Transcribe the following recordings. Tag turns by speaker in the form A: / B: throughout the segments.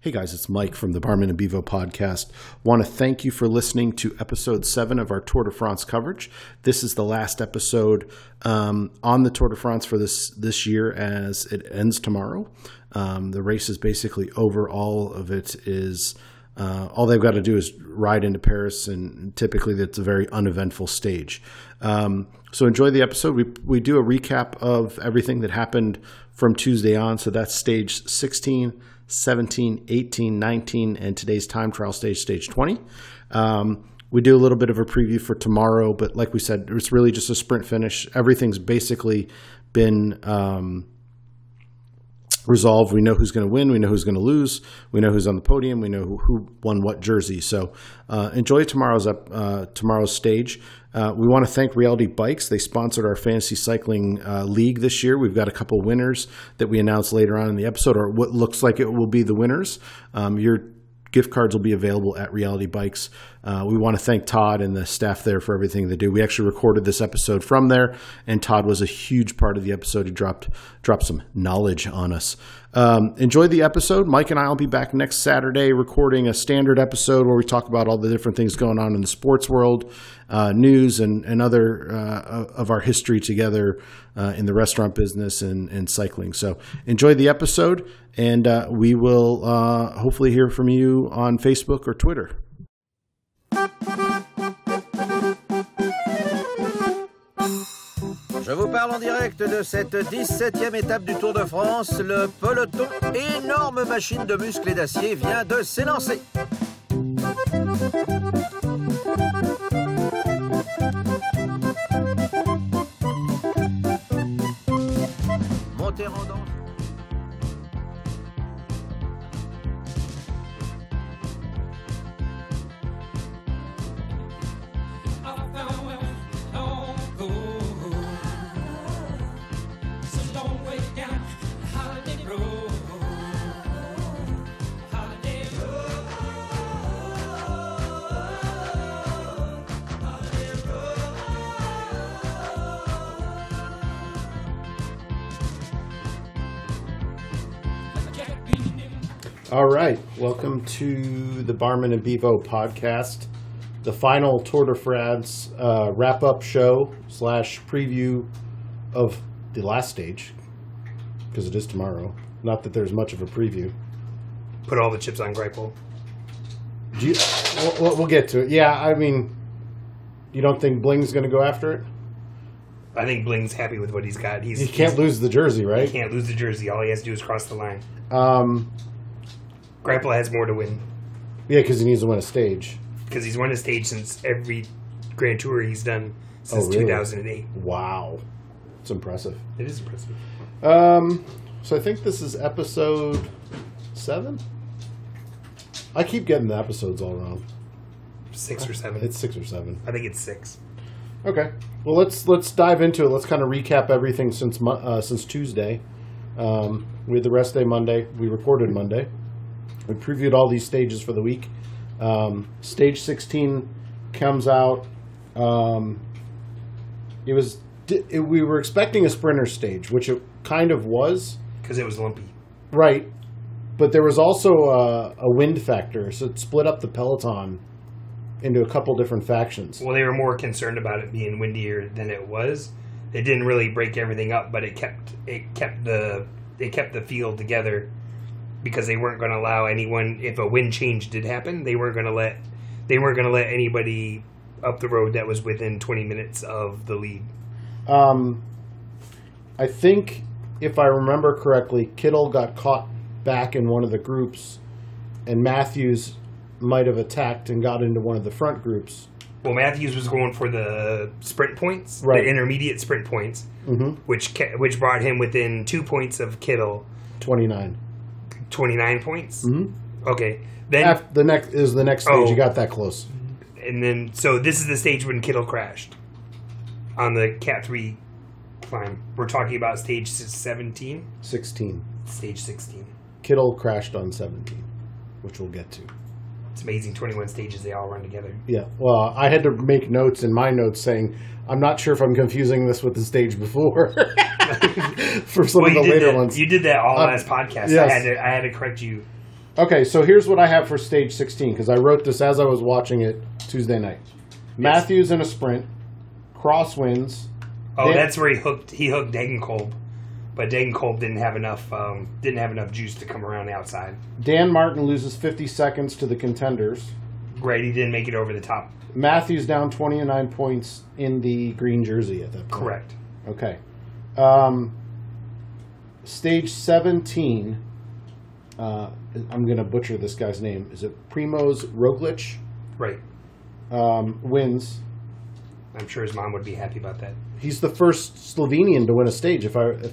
A: Hey guys, it's Mike from the Barman and Bevo podcast. Want to thank you for listening to episode seven of our Tour de France coverage. This is the last episode um, on the Tour de France for this this year, as it ends tomorrow. Um, the race is basically over. All of it is. Uh, all they've got to do is ride into Paris, and typically that's a very uneventful stage. Um, so enjoy the episode. We, we do a recap of everything that happened from Tuesday on. So that's stage 16, 17, 18, 19, and today's time trial stage, stage 20. Um, we do a little bit of a preview for tomorrow, but like we said, it's really just a sprint finish. Everything's basically been. Um, resolve. We know who's going to win. We know who's going to lose. We know who's on the podium. We know who, who won what jersey. So uh, enjoy tomorrow's up uh, tomorrow's stage. Uh, we want to thank Reality Bikes. They sponsored our fantasy cycling uh, league this year. We've got a couple winners that we announce later on in the episode, or what looks like it will be the winners. Um, your gift cards will be available at Reality Bikes. Uh, we want to thank Todd and the staff there for everything they do. We actually recorded this episode from there, and Todd was a huge part of the episode. He dropped dropped some knowledge on us. Um, enjoy the episode. Mike and I will be back next Saturday recording a standard episode where we talk about all the different things going on in the sports world, uh, news, and, and other uh, of our history together uh, in the restaurant business and, and cycling. So enjoy the episode, and uh, we will uh, hopefully hear from you on Facebook or Twitter.
B: Je vous parle en direct de cette 17e étape du Tour de France. Le peloton, énorme machine de muscles et d'acier, vient de s'élancer. Monterrand dans-
A: All right, welcome to the Barman and Bevo podcast, the final Tour de France uh, wrap-up show slash preview of the last stage, because it is tomorrow. Not that there's much of a preview.
C: put all the chips on Greipel.
A: Do you, we'll- we'll, we'll get to it. Yeah, I mean, you don't think Bling's going to go after it?
C: I think Bling's happy with what he's got. He's,
A: He can't
C: he's-
A: lose the jersey,
C: he
A: right?
C: can't lose the jersey. All he has to do is cross the line.
A: Um,
C: Greipel has more to win
A: yeah, because he needs to win a stage.
C: because he's won a stage since every Grand Tour he's done since
A: Oh, really?
C: 2008.
A: Wow, it's impressive.
C: It is impressive.
A: Um, so I think this is episode seven. I keep getting the episodes all wrong.
C: Six or seven.
A: It's six or seven.
C: I think it's six.
A: Okay. Well, let's let's dive into it. Let's kind of recap everything since Mo- uh, since Tuesday. Um, we had the rest day Monday. We recorded Monday. We previewed all these stages for the week. Um, stage sixteen comes out. Um, it was di- it, we were expecting a sprinter stage, which it kind of was.
C: Because it was lumpy.
A: Right. But there was also a, a wind factor, so it split up the peloton into a couple different factions.
C: Well, they were more concerned about it being windier than it was. They didn't really break everything up, but it kept it kept the they kept the field together because they weren't going to allow anyone. If a wind change did happen, they weren't going to let they weren't going to let anybody up the road that was within 20 minutes of the lead.
A: Um, I think, if I remember correctly, Kittle got caught back in one of the groups, and Matthews might have attacked and got into one of the front groups.
C: Well, Matthews was going for the sprint points,
A: Right.
C: the intermediate sprint points,
A: Mm-hmm.
C: which ca- which brought him within two points of Kittle,
A: 29.
C: 29 points.
A: Mhm.
C: Okay, then
A: Af the next is the next stage.
C: Oh.
A: You got that close.
C: and then so this is the stage when Kittle crashed on the Cat three climb. We're talking about stage seventeen,
A: 16.
C: stage sixteen.
A: Kittle crashed on 17, which we'll get to.
C: It's amazing. Twenty one stages they all run together.
A: Yeah, well, I had to make notes in my notes saying, I'm not sure if I'm confusing this with the stage before for some
C: Well,
A: of the
C: you did
A: later
C: that,
A: ones.
C: you did that all
A: Uh,
C: last podcast. I
A: yes.
C: had to I had to correct you
A: Okay, so here's what I have for stage 16 because I wrote this as I was watching it Tuesday night. Matthews in a sprint, crosswinds.
C: Oh,
A: Yeah.
C: that's where he hooked. He hooked Degenkolb, but Degenkolb didn't have enough. Um, didn't have enough juice to come around outside.
A: Dan Martin loses 50 seconds to the contenders.
C: Right, he didn't make it over the top.
A: Matthews down 29 points in the green jersey at that point.
C: Correct.
A: Okay. Um, stage 17. Uh, I'm going to butcher this guy's name. Is it Primoz Roglic?
C: Right.
A: Um, wins.
C: I'm sure his mom would be happy about that.
A: He's the first Slovenian to win a stage. If I if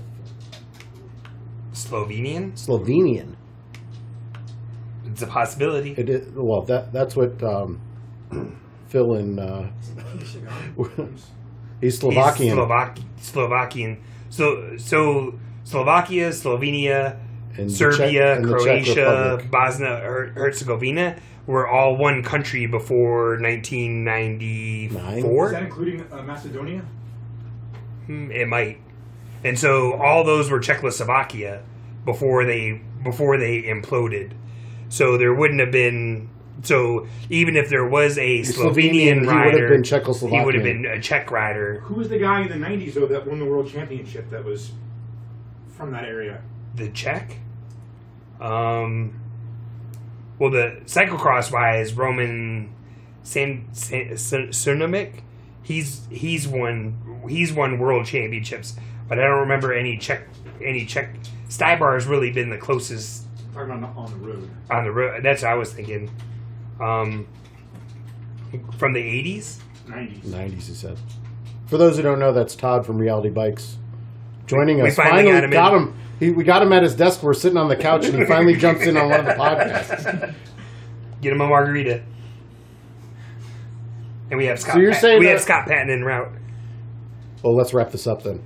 C: Slovenian?
A: Slovenian,
C: It's a possibility.
A: it is, well that that's what um, Phil and uh, he's Slovakian.
C: He's Slovak- Slovakian. So so Slovakia, Slovenia,
A: And the
C: Serbia,
A: Czech- and the Czech
C: Croatia,
A: Republic.
C: Bosnia Her- Herzegovina were all one country before 1994.
D: Is that including uh, Macedonia?
C: Mm, It might. And so all those were Czechoslovakia before they before they imploded. So there wouldn't have been so even if there was a
A: Slovenian, he
C: Slovenian,
A: would have
C: rider,
A: been
C: He would
A: Czechoslovakian.
C: have been a Czech rider.
D: Who was the guy in the '90s though that won the world championship that was from that area?
C: The Czech. Um. Well, the cyclocross wise, Roman San, San, Sun- Sunumic, he's he's won he's won world championships, but I don't remember any Czech any Czech. Stybar has really been the closest
D: Talking about on the road.
C: on the road. That's what I was thinking. Um, from the '80s,
D: '90s.
A: 90s, he said. For those who don't know, that's Todd from Reality Bikes joining
C: We
A: us.
C: finally got him
A: got
C: in.
A: him. He, we got him at his desk. We're sitting on the couch, and he finally jumps in on one of the podcasts.
C: get him a margarita. And we have Scott.
A: you're
C: Pat-
A: saying
C: we
A: that-
C: have Scott Patton en route.
A: Well, let's wrap this up then.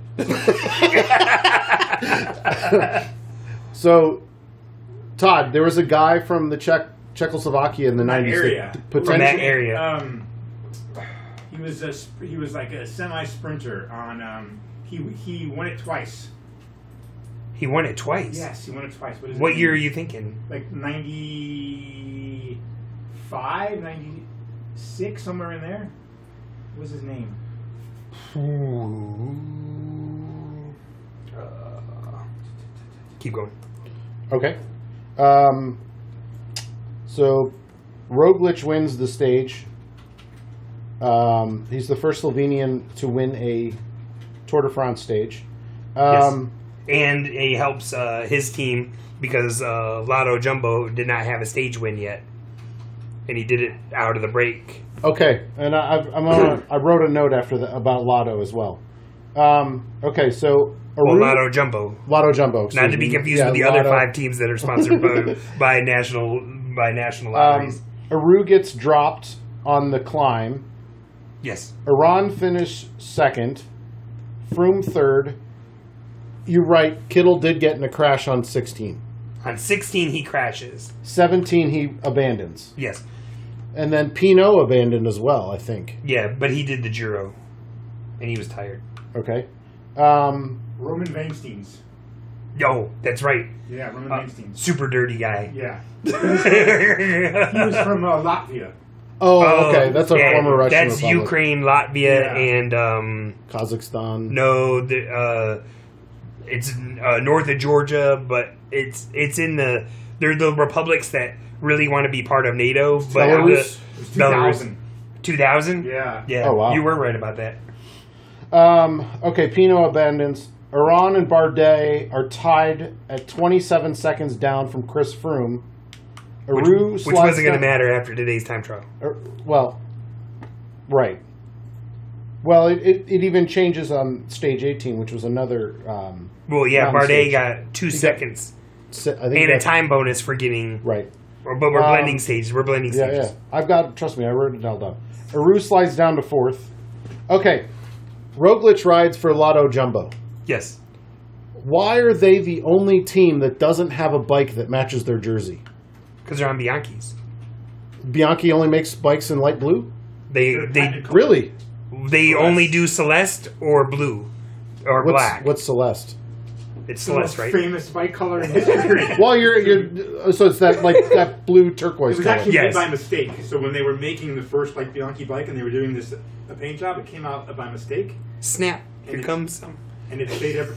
A: so, Todd, there was a guy from the Czech Czechoslovakia in the
D: That
A: 90s
D: area.
A: that
C: From that
A: potentially.
C: area.
D: Um, he was a sp- he was like a semi sprinter on. Um, he he won it twice.
C: He won it twice.
D: Yes, he won it twice. What, is
C: What
D: it?
C: year are you thinking?
D: Like 95, 96, somewhere in there. What was his name?
C: Keep going.
A: Okay. Um, so, Roglic wins the stage. Um, he's the first Slovenian to win a Tour de France stage. Um,
C: And he helps uh, his team because uh, Lotto Jumbo did not have a stage win yet, and he did it out of the break.
A: Okay, and I, I've- I'm on a, I wrote a note after that about Lotto as well. Um, okay, so
C: Well,
A: Aru-
C: Lotto Jumbo,
A: Lotto Jumbo.
C: not
A: excuse
C: to be
A: me.
C: confused
A: Yeah,
C: with the other
A: Lotto.
C: five teams that are sponsored by, by national by national
A: Um,
C: lotteries.
A: Aru gets dropped on the climb.
C: yes,
A: Iran finished second. Froome third. You're right. Kittle did get in a crash on 16.
C: on sixteen he crashes.
A: 17 he abandons,
C: Yes,
A: and then Pino abandoned as well. I think.
C: yeah, but he did the Giro, and he was tired.
A: Okay. Um,
D: Roman Weinstein's.
C: Yo, Oh, that's right,
D: Yeah, Roman
C: Uh,
D: Weinstein's.
C: super dirty guy.
D: Yeah. He was from uh, Latvia.
A: oh,
C: Oh,
A: okay. That's a
C: yeah,
A: former Russian
C: That's
A: Republic.
C: Ukraine, Latvia,
D: Yeah.
C: and um,
A: Kazakhstan.
C: no, the, uh, it's uh, north of Georgia, but it's it's in the they're the republics that really want to be part of NATO. But how
A: Belarus?
D: It was
C: the, Belarus,
D: 2000.
C: two thousand,
D: Yeah.
C: yeah.
A: Oh, wow.
C: You were right about that.
A: Um, okay, Pino abandons. Iran and Bardet are tied at 27 seconds down from Chris Froome.
C: Which,
A: Aru
C: which
A: slides
C: wasn't
A: down-
C: going to matter after today's time trial.
A: Er, well, right. Well, it, it, it even changes on stage 18, which was another. Um,
C: Well, yeah,
A: Round
C: Bardet
A: stage.
C: got two seconds
A: se- I think
C: and a
A: that-
C: time bonus for getting.
A: Right.
C: But we're
A: Um,
C: blending stages. We're blending
A: Yeah,
C: stages.
A: yeah. I've got. Trust me, I wrote it all down. Aru slides down to fourth. Okay. Roglic rides for Lotto Jumbo.
C: Yes.
A: Why are they the only team that doesn't have a bike that matches their jersey?
C: Because they're on Bianchi's.
A: Bianchi only makes bikes in light blue?
C: They
D: They're
C: they
D: technical.
A: Really?
C: they only do Celeste or blue or
A: What's,
C: black.
A: what's Celeste?
C: It's
D: the most
C: Celeste, right?
D: famous bike color in history.
A: Well, you're you're so it's that like that blue turquoise
D: It was
A: color.
D: actually
C: Yes.
D: made by mistake. So when they were making the first like Bianchi bike and they were doing this a paint job, it came out by mistake
C: Snap! Here
D: And-
C: comes some.
D: and it stayed ever.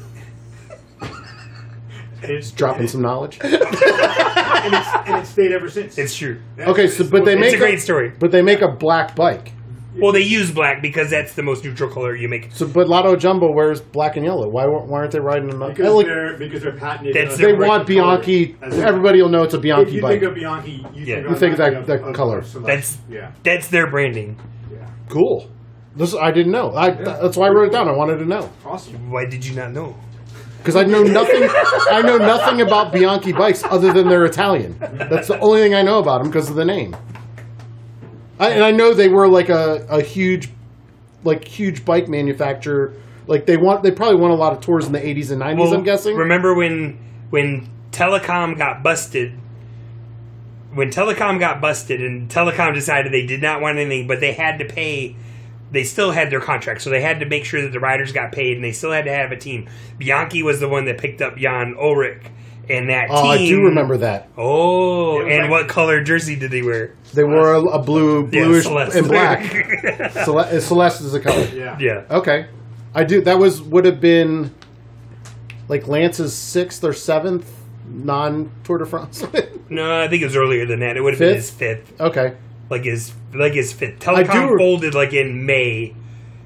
D: and it's
A: Dropping
D: and
A: some knowledge.
D: it, and, it's, and it stayed ever since.
C: It's true.
D: That's-
A: Okay, so but they
D: it's-
A: make
C: It's a great story.
A: but they make a black bike.
C: Well, they use black because that's the most neutral color you make.
A: So, but Lotto Jumbo wears black and yellow. Why wa- why aren't they riding them? up?
D: because
A: I like-
D: they're because they're patented.
C: That's
D: on
A: they
C: their
D: the
A: want
D: color.
A: Bianchi.
D: As a-
A: Everybody will know it's a
D: If
A: Bianchi
D: you
A: bike.
D: think of Bianchi, you
C: Yeah.
D: think,
C: You
A: think of that-
D: of,
A: that
D: of
A: color.
D: Celeste.
C: That's
D: yeah,
C: that's their branding.
D: yeah,
A: cool. This I didn't know. I, That's why I wrote it down. I wanted to know
D: awesome.
C: Why did you not know?
A: because I know nothing. I know nothing about Bianchi bikes other than they're Italian. That's the only thing I know about them because of the name. I, and I know they were like a, a huge, like huge bike manufacturer. Like they want, they probably won a lot of tours in the '80s and '90s. I'm guessing.
C: Remember when when telecom got busted? When telecom got busted and telecom decided they did not want anything, but they had to pay. They still had their contract, so they had to make sure that the riders got paid, and they still had to have a team. Bianchi was the one that picked up Jan Ulrich, and that
A: oh, I
C: team.
A: do remember that.
C: Oh,
D: It was
C: and
D: like-
C: what color jersey did they wear?
A: They wore a, a blue,
C: Yeah,
A: bluish,
C: Celeste.
A: and black. Cele- Celeste is a color.
D: Yeah,
C: yeah.
A: Okay, I do. That was would have been like Lance's sixth or seventh non Tour de France.
C: No, I think it was earlier than that. It would have been
A: Fifth?
C: his fifth,
A: okay,
C: like his like his fifth.
A: I do
C: Telecom
A: re-
C: folded like in May,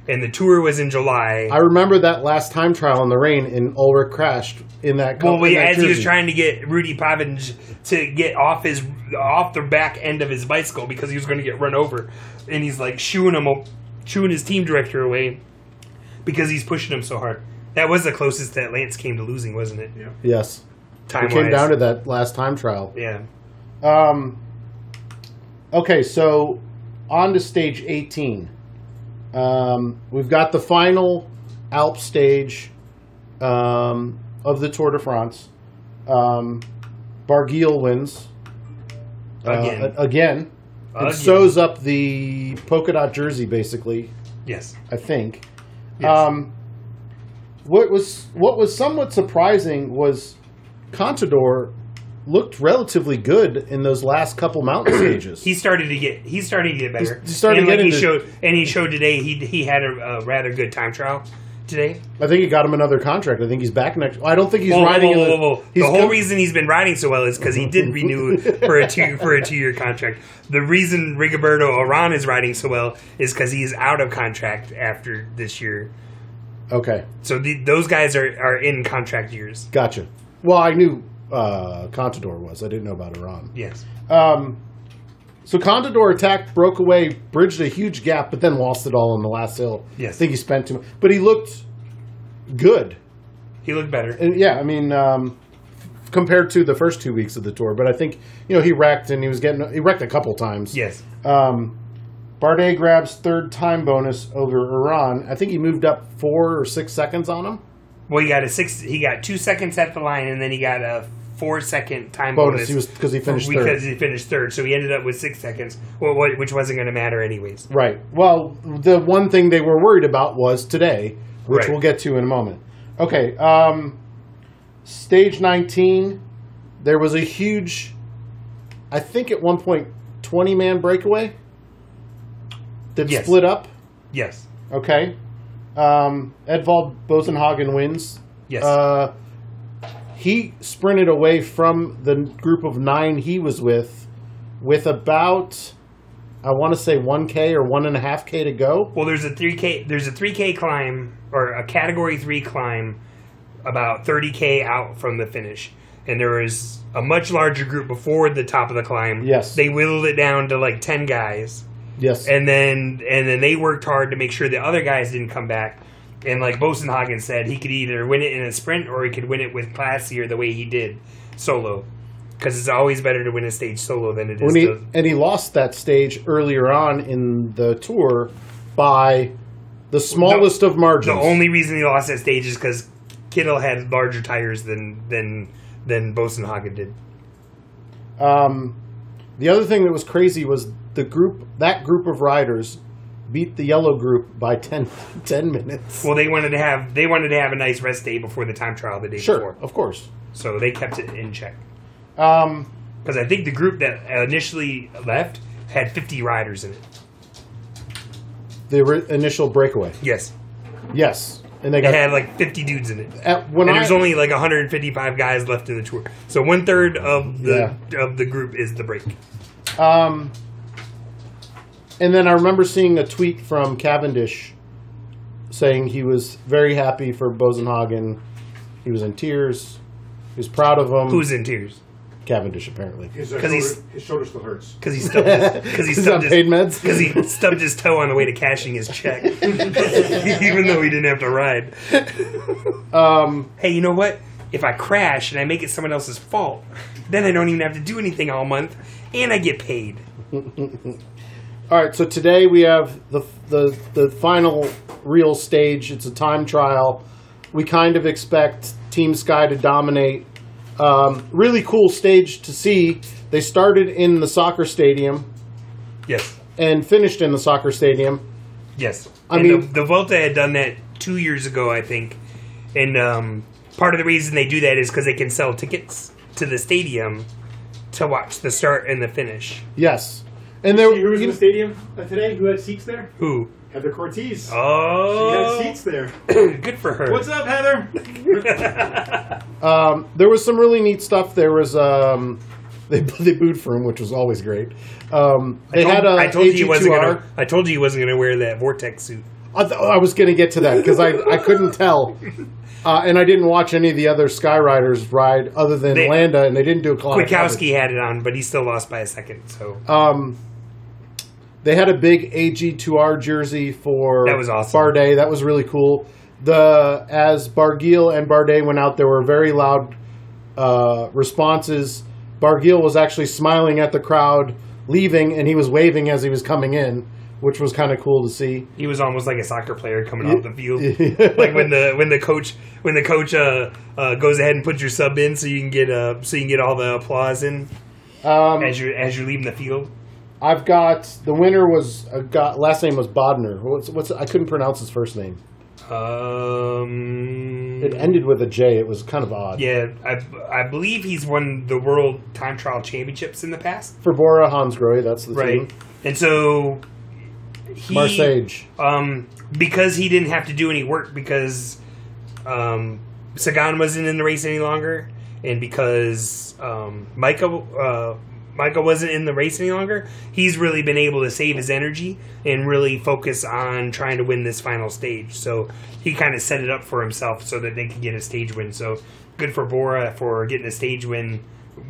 C: and the tour was in July.
A: I remember that last time trial in the rain, and Ulrich crashed in that. co-
C: well, we,
A: in that
C: as he was
A: jersey.
C: trying to get Rudy Pavinj to get off his off the back end of his bicycle because he was going to get run over, and he's like shooing him, o- shooing his team director away because he's pushing him so hard. That was the closest that Lance came to losing, wasn't it?
D: yeah.
A: yes,
C: Time
A: it came down to that last time trial.
C: yeah.
A: Um, okay, so on to stage 18. Um, we've got the final Alp stage um, of the Tour de France. Um, Barguil wins uh,
C: Again.
A: a- again.
C: Again.
A: And sews up the polka dot jersey, basically,
C: yes.
A: I think.
C: Yes.
A: Um, what was what was somewhat surprising was Contador looked relatively good in those last couple mountain stages.
C: he started to get he started to get better.
A: He's- he's starting
C: and
A: to get
C: like he
A: into-
C: showed and he showed today he he had a, a rather good time trial today.
A: I think he got him another contract. I think he's back next. I don't think he's
C: Whoa, whoa,
A: riding. in
C: whoa,
A: the,
C: whoa, whoa. The
A: he's
C: whole
A: com-
C: reason he's been riding so well is because he did renew for a two for a two year contract. The reason Rigoberto Oran is riding so well is because he's out of contract after this year.
A: Okay,
C: So the, those guys are, are in contract years.
A: gotcha. Well, I knew uh, Contador was. I didn't know about Iran.
C: Yes.
A: Um, so Contador attacked, broke away, bridged a huge gap, but then lost it all on the last hill.
C: Yes.
A: I think he spent too much. But he looked good.
C: He looked better.
A: And, Uh, yeah, I mean, um, compared to the first two weeks of the tour, but I think you know he wrecked and he was getting he wrecked a couple times.
C: Yes.
A: Um, Bardet grabs third time bonus over Iran. I think he moved up four or six seconds on him.
C: Well, he got a six. He got two seconds at the line, and then he got a four second time
A: Bonus.
C: bonus.
A: He was because he finished
C: because
A: third.
C: he finished third, so he ended up with six seconds, wh- wh- which wasn't going to matter anyways.
A: Right. Well, the one thing they were worried about was today, which
C: Right.
A: we'll get to in a moment. Okay. Um, stage 19, there was a huge, I think at one point, 20 man breakaway that
C: Yes.
A: split up.
C: Yes,
A: Okay. Um, Edvald Bosenhagen wins.
C: yes,
A: Uh, he sprinted away from the group of nine he was with, with about, I want to say 1K or 1.5K to go.
C: Well, there's a three k there's a three k climb or a category three climb about thirty k out from the finish, and there was a much larger group before the top of the climb.
A: Yes.
C: they whittled it down to like ten guys,
A: Yes.
C: and then and then they worked hard to make sure the other guys didn't come back. And like Bosenhagen said, he could either win it in a sprint or he could win it with classy or the way he did solo, because it's always better to win a stage solo than it is.
A: when he,
C: to,
A: and he lost that stage earlier on in the tour by the smallest of
C: the
A: margins.
C: only reason he lost that stage is because Kittle had larger tires than than than Bosenhagen did.
A: Um, the other thing that was crazy was the group that group of riders beat the yellow group by 10, 10 minutes.
C: Well, they wanted to have they wanted to have a nice rest day before the time trial the day
A: sure,
C: before,
A: of course.
C: so they kept it in check.
A: Um,
C: Because I think the group that initially left had 50 riders in it.
A: the ri initial breakaway.
C: Yes,
A: Yes, and they
C: it
A: got
C: had like 50 dudes in it.
A: at, when
C: and
A: I
C: there's only like 155 guys left in the tour, so one third of the of the group is the break.
A: Um, and then I remember seeing a tweet from Cavendish saying he was very happy for Bosenhagen. He was in tears. He was proud of him.
C: Who's in tears?
A: Cavendish, apparently.
D: His, uh,
C: 'Cause
D: shoulder,
C: he's-
D: his shoulder still hurts.
C: Because he stubbed because he
A: He's on
C: stubbed
A: paid
C: his,
A: meds.
C: because he stubbed his toe on the way to cashing his check, even though he didn't have to ride.
A: Um,
C: hey, you know what? If I crash and I make it someone else's fault, then I don't even have to do anything all month, and I get paid.
A: all right, so today we have the, the, the final real stage. It's a time trial. We kind of expect Team Sky to dominate. Um, really cool stage to see. They started in the soccer stadium
C: Yes,
A: and finished in the soccer stadium.
C: yes.
A: I
C: and
A: mean-
C: the, the Volta had done that two years ago, I think, and um, part of the reason they do that is because they can sell tickets to the stadium to watch the start and the finish.
A: Yes. And there
D: Who was
A: you
D: in
A: know,
D: the stadium uh, today? Who had seats there?
C: Who?
D: Heather Cortez.
C: Oh,
D: She had seats there.
C: good for her.
D: What's up, Heather?
A: um, there was some really neat stuff. There was um, they they booed for him, which was always great. Um, they
C: I
A: had
C: told,
A: a
C: I told you he wasn't
A: AG2R.
C: gonna. I told you he wasn't gonna wear that vortex suit.
A: I, th- I was going to get to that because I, I couldn't tell, uh, and I didn't watch any of the other Skyriders ride other than
C: They-
A: Landa, and they didn't do a lot of coverage.
C: Kwiatkowski had it on, but he still lost by a second. So
A: Um, they had a big AG2R jersey for
C: That was awesome.
A: Bardet. That was really cool. The as Bargiel and Bardet went out, there were very loud uh, responses. Bargiel was actually smiling at the crowd leaving, and he was waving as he was coming in, which was kind of cool to see.
C: he was almost like a soccer player coming off the field. like when the when the coach when the coach uh, uh, goes ahead and puts your sub in so you can get uh, so you can get all the applause in
A: Um,
C: as you're as you're leaving the field.
A: I've got the winner was uh, got last name was Bodner. What's what's I couldn't pronounce his first name.
C: Um,
A: It ended with a J. It was kind of odd
C: yeah, I I believe he's won the world time trial championships in the past.
A: for Bora Hansgrohe. That's the
C: Right,
A: team.
C: and so he
A: Marsage.
C: um, because he didn't have to do any work because um, Sagan wasn't in the race any longer, and because um, Micah uh, Micah wasn't in the race any longer, he's really been able to save his energy and really focus on trying to win this final stage. So he kind of set it up for himself so that they could get a stage win. So good for Bora for getting a stage win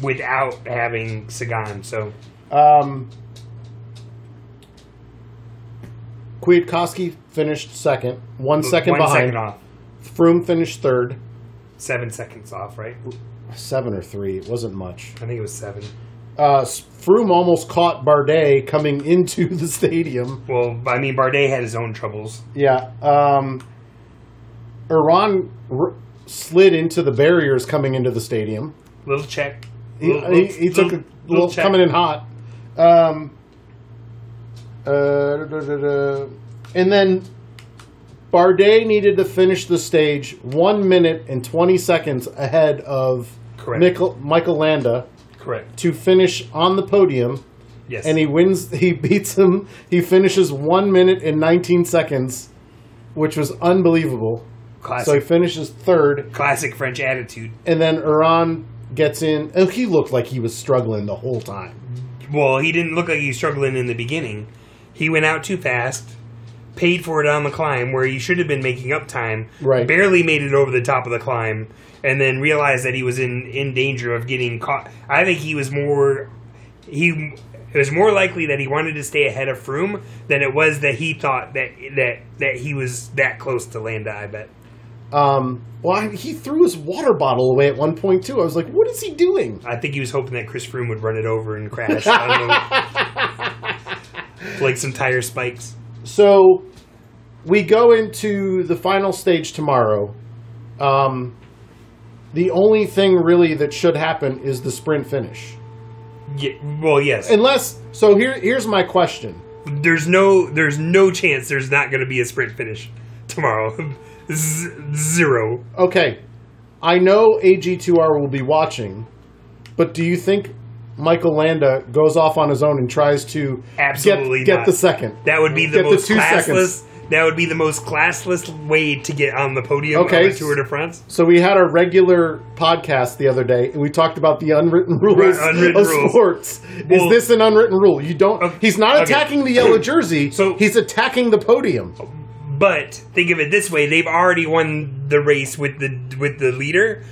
C: without having Sagan. So
A: Um, Kwiatkowski finished second, one second
C: one
A: behind.
C: second off,
A: Froome finished third,
C: seven seconds off, right?
A: seven or three. It wasn't much.
C: I think it was seven.
A: Uh, S- Froome almost caught Bardet coming into the stadium.
C: Well, I mean, Bardet had his own troubles.
A: Yeah. Um, Iran r- slid into the barriers coming into the stadium.
C: Little check.
A: He,
C: Little-
A: he, he took a little
C: check.
A: coming in hot. Um, uh, da, da, da, da. and then Bardet needed to finish the stage one minute and twenty seconds ahead of
C: Correct.
A: Michael, Michael Landa
C: Correct.
A: to finish on the podium.
C: Yes.
A: And he wins. He beats him. He finishes one minute and nineteen seconds, which was unbelievable.
C: classic,
A: So he finishes third
C: classic French attitude.
A: and then Iran gets in. Oh, he looked like he was struggling the whole time.
C: Well, he didn't look like he was struggling in the beginning. He went out too fast, paid for it on the climb where he should have been making up time.
A: Right.
C: Barely made it over the top of the climb, and then realized that he was in in danger of getting caught. I think he was more he. It was more likely that he wanted to stay ahead of Froome than it was that he thought that that that he was that close to Landa. I bet.
A: Um, well, I- he threw his water bottle away at one point too. I was like, "What is he doing?"
C: I think he was hoping that Chris Froome would run it over and crash. I don't know. like some tire spikes.
A: So we go into the final stage tomorrow. Um, the only thing really that should happen is the sprint finish,
C: Yeah, well, yes.
A: unless. So here, here's my question:
C: There's no there's no chance there's not going to be a sprint finish tomorrow. Z- zero.
A: Okay, I know AG2R will be watching, but do you think Michael Landa goes off on his own and tries to
C: Absolutely
A: get, get
C: not.
A: the second?
C: That would be the
A: Get the
C: most
A: two
C: classless.
A: seconds.
C: That would be the most classless way to get on the podium
A: Okay.
C: on the Tour de France.
A: So we had our regular podcast the other day, and we talked about the unwritten rules
C: unwritten
A: of
C: rules.
A: sports. Is
C: Well-
A: this an unwritten rule? You don't.
C: Okay.
A: He's not
C: Okay.
A: attacking the yellow jersey.
C: So-
A: he's attacking the podium.
C: But think of it this way: they've already won the race with the with the leader.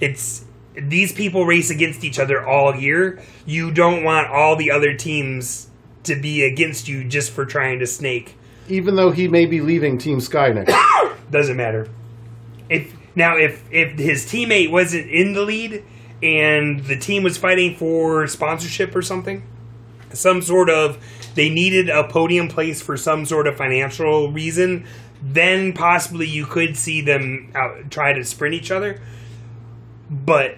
C: It's these people race against each other all year. You don't want all the other teams to be against you just for trying to snake.
A: Even though he may be leaving Team Sky next.
C: Doesn't matter. If now if if his teammate wasn't in the lead and the team was fighting for sponsorship or something, some sort of they needed a podium place for some sort of financial reason, then possibly you could see them out, try to sprint each other. But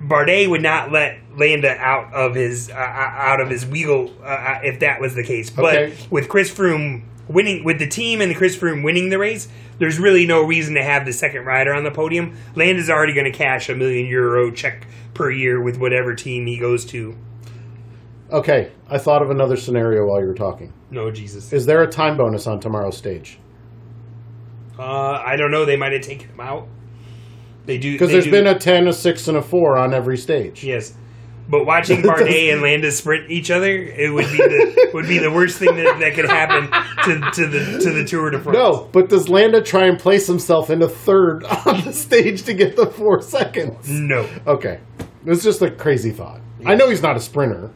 C: Bardet would not let Landa out of his uh, uh, out of his wheel uh, uh, if that was the case. But
A: Okay.
C: with Chris Froome winning with the team and Chris Froome winning the race, there's really no reason to have the second rider on the podium. Landa's already going to cash a million euro check per year with whatever team he goes to.
A: Okay, I thought of another scenario while you were talking.
C: No Jesus.
A: Is there a time bonus on tomorrow's stage?
C: Uh, I don't know. They might have taken him out. They do
A: Because
C: they
A: there's
C: do-
A: been a 10, a 6, and a 4 on every stage.
C: yes, but watching Bardet and Landa sprint each other, it would be the would be the worst thing that, that could happen to, to the to the Tour de France.
A: No, but does Landa try and place himself into third on the stage to get the four seconds?
C: no,
A: Okay. It's just a crazy thought. I know he's not a sprinter.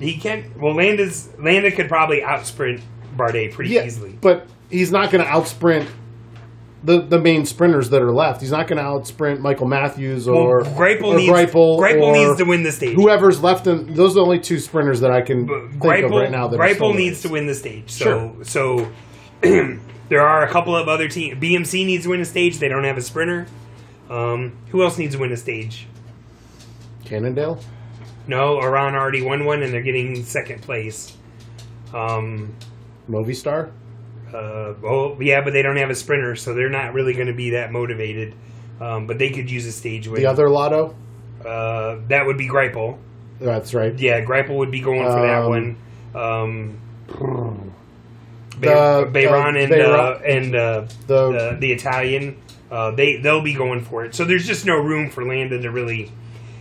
C: he can't. Well, Landa's Landa could probably out sprint Bardet pretty
A: Yeah,
C: easily.
A: but he's not going to outsprint the, the main sprinters that are left. He's not going to outsprint Michael Matthews or,
C: Well, Greipel
A: or
C: needs
A: Greipel,
C: Greipel
A: or
C: needs to win the stage.
A: Whoever's left in those are the only two sprinters that I can
C: But
A: think
C: Greipel,
A: of right now. That are
C: Greipel
A: still in the
C: needs
A: race.
C: to win the stage. So
A: Sure.
C: so there are a couple of other teams. BMC needs to win a stage. They don't have a sprinter. Um, who else needs to win a stage?
A: Cannondale.
C: No, Iran already won one, and they're getting second place. Um,
A: Movistar?
C: uh, oh yeah, but they don't have a sprinter, so they're not really going to be that motivated. Um, but they could use a stage win.
A: The other lotto?
C: uh, that would be Greipel.
A: That's right.
C: Yeah, Greipel would be going for that
A: Um,
C: one. Um, Bay-
A: The-
C: Bayron
A: uh,
C: and uh,
A: Bayron-
C: and uh,
A: the-
C: the the Italian, uh, they they'll be going for it. So there's just no room for Landon to really.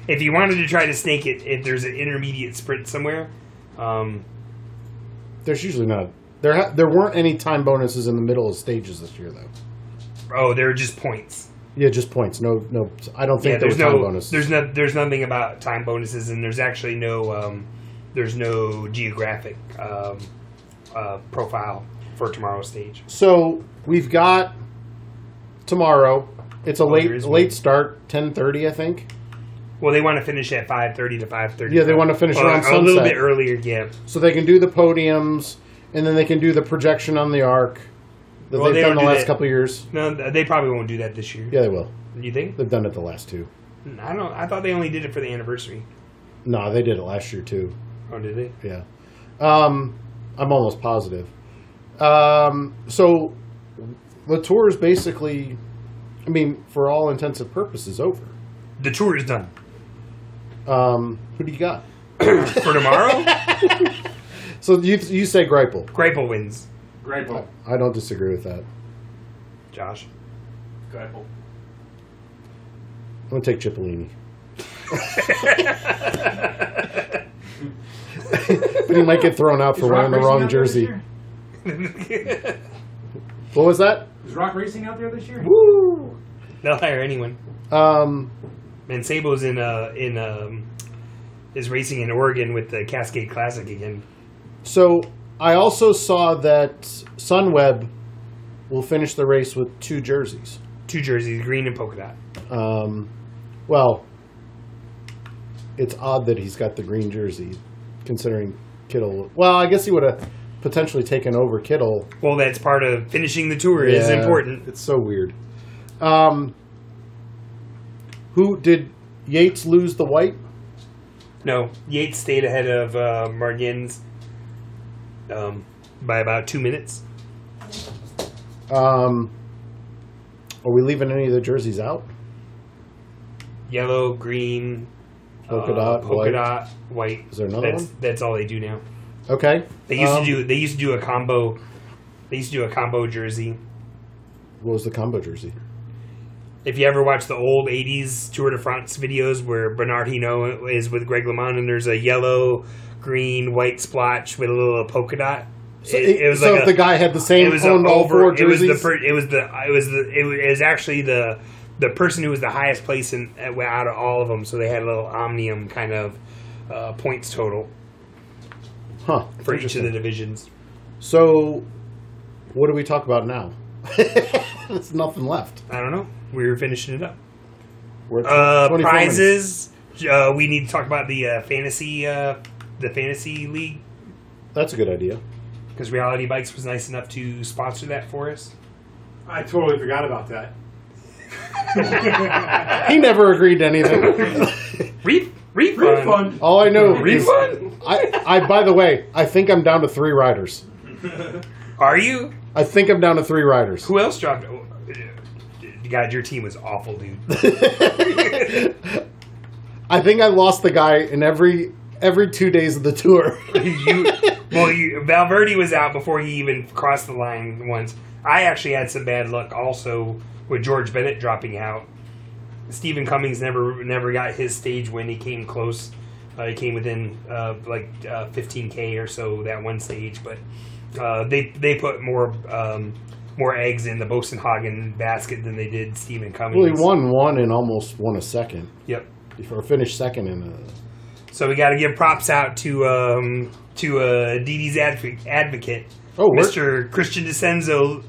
C: If you wanted to try to snake it, if there's an intermediate sprint somewhere, um,
A: There's usually not. There, ha- there weren't any time bonuses in the middle of stages this year, though.
C: oh, there are just points.
A: Yeah, just points. No, no. I don't think
C: Yeah,
A: there was
C: there's
A: time
C: no
A: bonuses.
C: there's no there's nothing about time bonuses, and there's actually no um, there's no geographic um, uh, profile for tomorrow's stage.
A: So we've got tomorrow. It's a
C: Oh, there
A: late
C: is
A: late
C: one.
A: start, ten thirty, I think.
C: Well, they want to finish at five thirty to five thirty.
A: Yeah, they want to finish around
C: a little
A: sunset.
C: bit earlier. Yeah,
A: So they can do the podiums, and then they can do the projection on the arc that
C: Well,
A: they've
C: they
A: done
C: don't
A: the
C: do
A: last
C: that.
A: couple of years.
C: no, th- they probably won't do that this year.
A: Yeah, they will.
C: You think?
A: They've done it the last two.
C: I don't. I thought they only did it for the anniversary.
A: No, they did it last year too.
C: Oh, did they?
A: Yeah. Um, I'm almost positive. Um, so the tour is basically, I mean, for all intents and purposes, over.
C: The tour is done
A: Um, who do you got?
C: for tomorrow.
A: So you, you say Greipel.
C: Greipel wins.
D: Greipel.
A: I don't disagree with that.
C: Josh.
D: Greipel.
A: I'm going to take Cipollini. but he might get thrown out for
D: Is
A: wearing
D: Rock
A: the
D: racing out
A: wrong
D: there this
A: jersey.
D: year?
A: What was that?
D: Is Rock Racing out there this year?
C: Woo! They'll hire anyone.
A: Um,
C: Man, Sabo's in uh in um is racing in Oregon with the Cascade Classic again.
A: so I also saw that Sunweb will finish the race with two jerseys.
C: Two jerseys, green and polka dot.
A: Um, well, it's odd that he's got the green jersey, considering Kittle. Well, I guess he would have potentially taken over Kittle.
C: Well, that's part of finishing the tour. Is
A: Yeah,
C: important.
A: It's so weird. Um, who did Yates lose the white?
C: No, Yates stayed ahead of uh, Margins. um, by about two minutes.
A: Um, are we leaving any of the jerseys out?
C: Yellow, green,
A: Polka
C: uh,
A: dot,
C: polka
A: white.
C: dot, white.
A: Is there another
C: that's,
A: one?
C: That's all they do now.
A: Okay.
C: They used
A: Um,
C: to do. They used to do a combo. They used to do a combo jersey.
A: What was the combo jersey?
C: If you ever watch the old '80s Tour de France videos where Bernard Hinault is with Greg LeMond and there's a yellow, green, white splotch with a little polka dot, it, it was
A: so if
C: like a,
A: the guy had the same
C: it was a
A: owned all
C: over,
A: four
C: it was
A: jerseys.
C: the per, it was the it was the it was, it was actually the the person who was the highest place in out of all of them. So they had a little omnium kind of uh, points total
A: huh.
C: for each of the
A: Interesting.
C: divisions.
A: So, what do we talk about now? There's nothing left.
C: I don't know. We were finishing it up.
A: We're at
C: Uh,
A: 24 minutes.
C: prizes. Uh, we need to talk about the uh, fantasy uh, the fantasy league
A: That's a good idea.
C: because Reality Bikes was nice enough to sponsor that for us.
D: I totally forgot about that.
A: He never agreed to anything.
C: Re- refund.
D: Refund.
A: all I know is
C: Refund?
A: I, I. By the way, I think I'm down to three riders.
C: Are you?
A: I think I'm down to three riders.
C: Who else dropped? oh, uh, God, your team was awful, dude.
A: I think I lost the guy in every every two days of the tour.
C: you, well, you, Valverde was out before he even crossed the line once. I actually had some bad luck also with George Bennett dropping out. Stephen Cummings never never got his stage win. He came close. Uh, he came within uh, like uh, 15k or so that one stage, but uh, they they put more um, more eggs in the Bosenhagen basket than they did Stephen Cummings.
A: well, he won one and almost won a second,
C: Yep.
A: or finished second in a.
C: So we got to give props out to um, to uh, Didi's adv- advocate.
A: Oh, we're-
C: Mr. Christian DiCenzo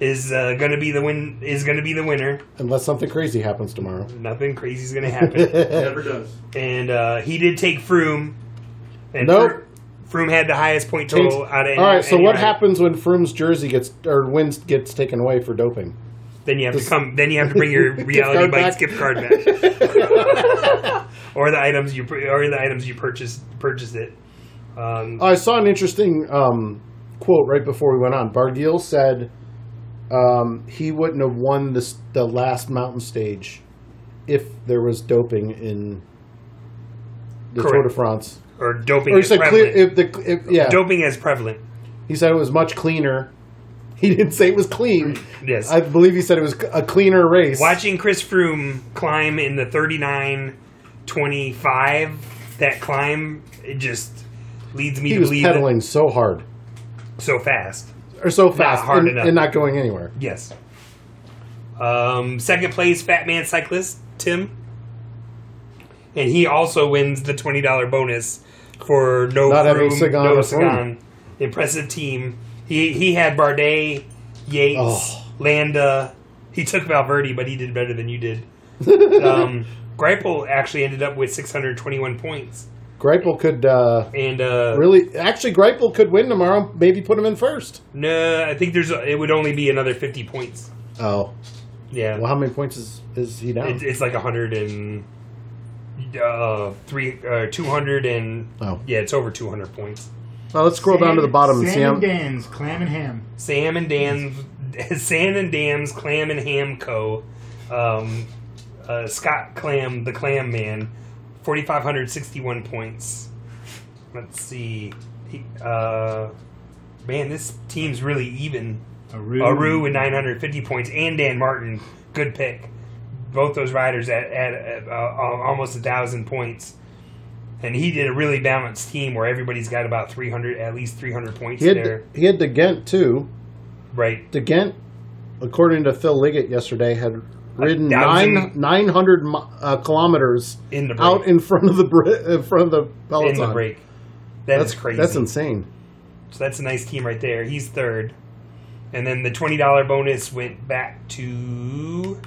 C: is uh, going to be the win is going to be the winner.
A: Unless something crazy happens tomorrow.
C: Nothing crazy's going to happen.
D: Never does.
C: and uh, he did take Froome. And
A: Nope.
C: Fr- Froome had the highest point total out of any,
A: All right. So
C: any
A: what
C: rider.
A: happens when Froome's jersey gets or wins gets taken away for doping?
C: Then you have to come. Then you have to bring your reality
A: card
C: bites
A: back.
C: gift card back, or the items you pur- or the items you purchased purchased it. Um,
A: I saw an interesting um, quote right before we went on. Bargiel said um, he wouldn't have won this, the last mountain stage if there was doping in the Tour
C: Correct.
A: de France.
C: or doping.
A: Or he
C: is
A: said clear,
C: prevalent.
A: if the if, yeah
C: doping is prevalent.
A: he said it was much cleaner. He didn't say it was clean.
C: Yes.
A: I believe he said it was a cleaner race.
C: Watching Chris Froome climb in the 39-25, that climb it just leads me
A: he
C: to
A: was
C: believe that-
A: pedaling so hard
C: so fast.
A: or so fast
C: hard
A: and-
C: enough.
A: and not going anywhere.
C: Yes. Um, second place, Fat Man Cyclist Tim, and he also wins the twenty dollar bonus for no
A: Not having
C: Froome,
A: Sagan
C: no
A: or
C: Sagan. Impressive team. He he had Bardet, Yates,
A: Oh.
C: Landa. He took Valverde, but he did better than you did. um, Greipel actually ended up with six hundred twenty one points,
A: Greipel could uh,
C: and uh,
A: really actually Greipel could win tomorrow. Maybe put him in first.
C: no, I think there's a, it would only be another fifty points.
A: Oh,
C: Yeah,
A: Well, how many points is, is he down?
C: It, it's like a hundred and uh, three, uh, two hundred and
A: oh,
C: yeah, it's over two hundred points.
A: well, let's scroll down to the bottom and see
E: Sam
A: how.
E: and Dan's clam and ham.
C: Sam and Dan's, San and Dam's Clam and Ham Co. Um, uh, Scott Clam, the Clam Man, forty five hundred sixty one points. Let's see, he, uh, man, this team's really even.
E: Aru.
C: Aru with 950 points and Dan Martin, good pick. Both those riders at, at uh, uh, almost a thousand points, and he did a really balanced team where everybody's got about 300, at least 300 points
A: He had
C: there,
A: he had the Ghent too.
C: right?
A: The Ghent, according to Phil Liggett yesterday, had ridden
C: thousand-
A: nine nine hundred uh, kilometers
C: In the break,
A: out in front of the Brit- in front of the
C: in
A: peloton.
C: the break. That
A: that's
C: is crazy.
A: That's insane.
C: so that's a nice team right there. He's third, and then the twenty dollar bonus went back to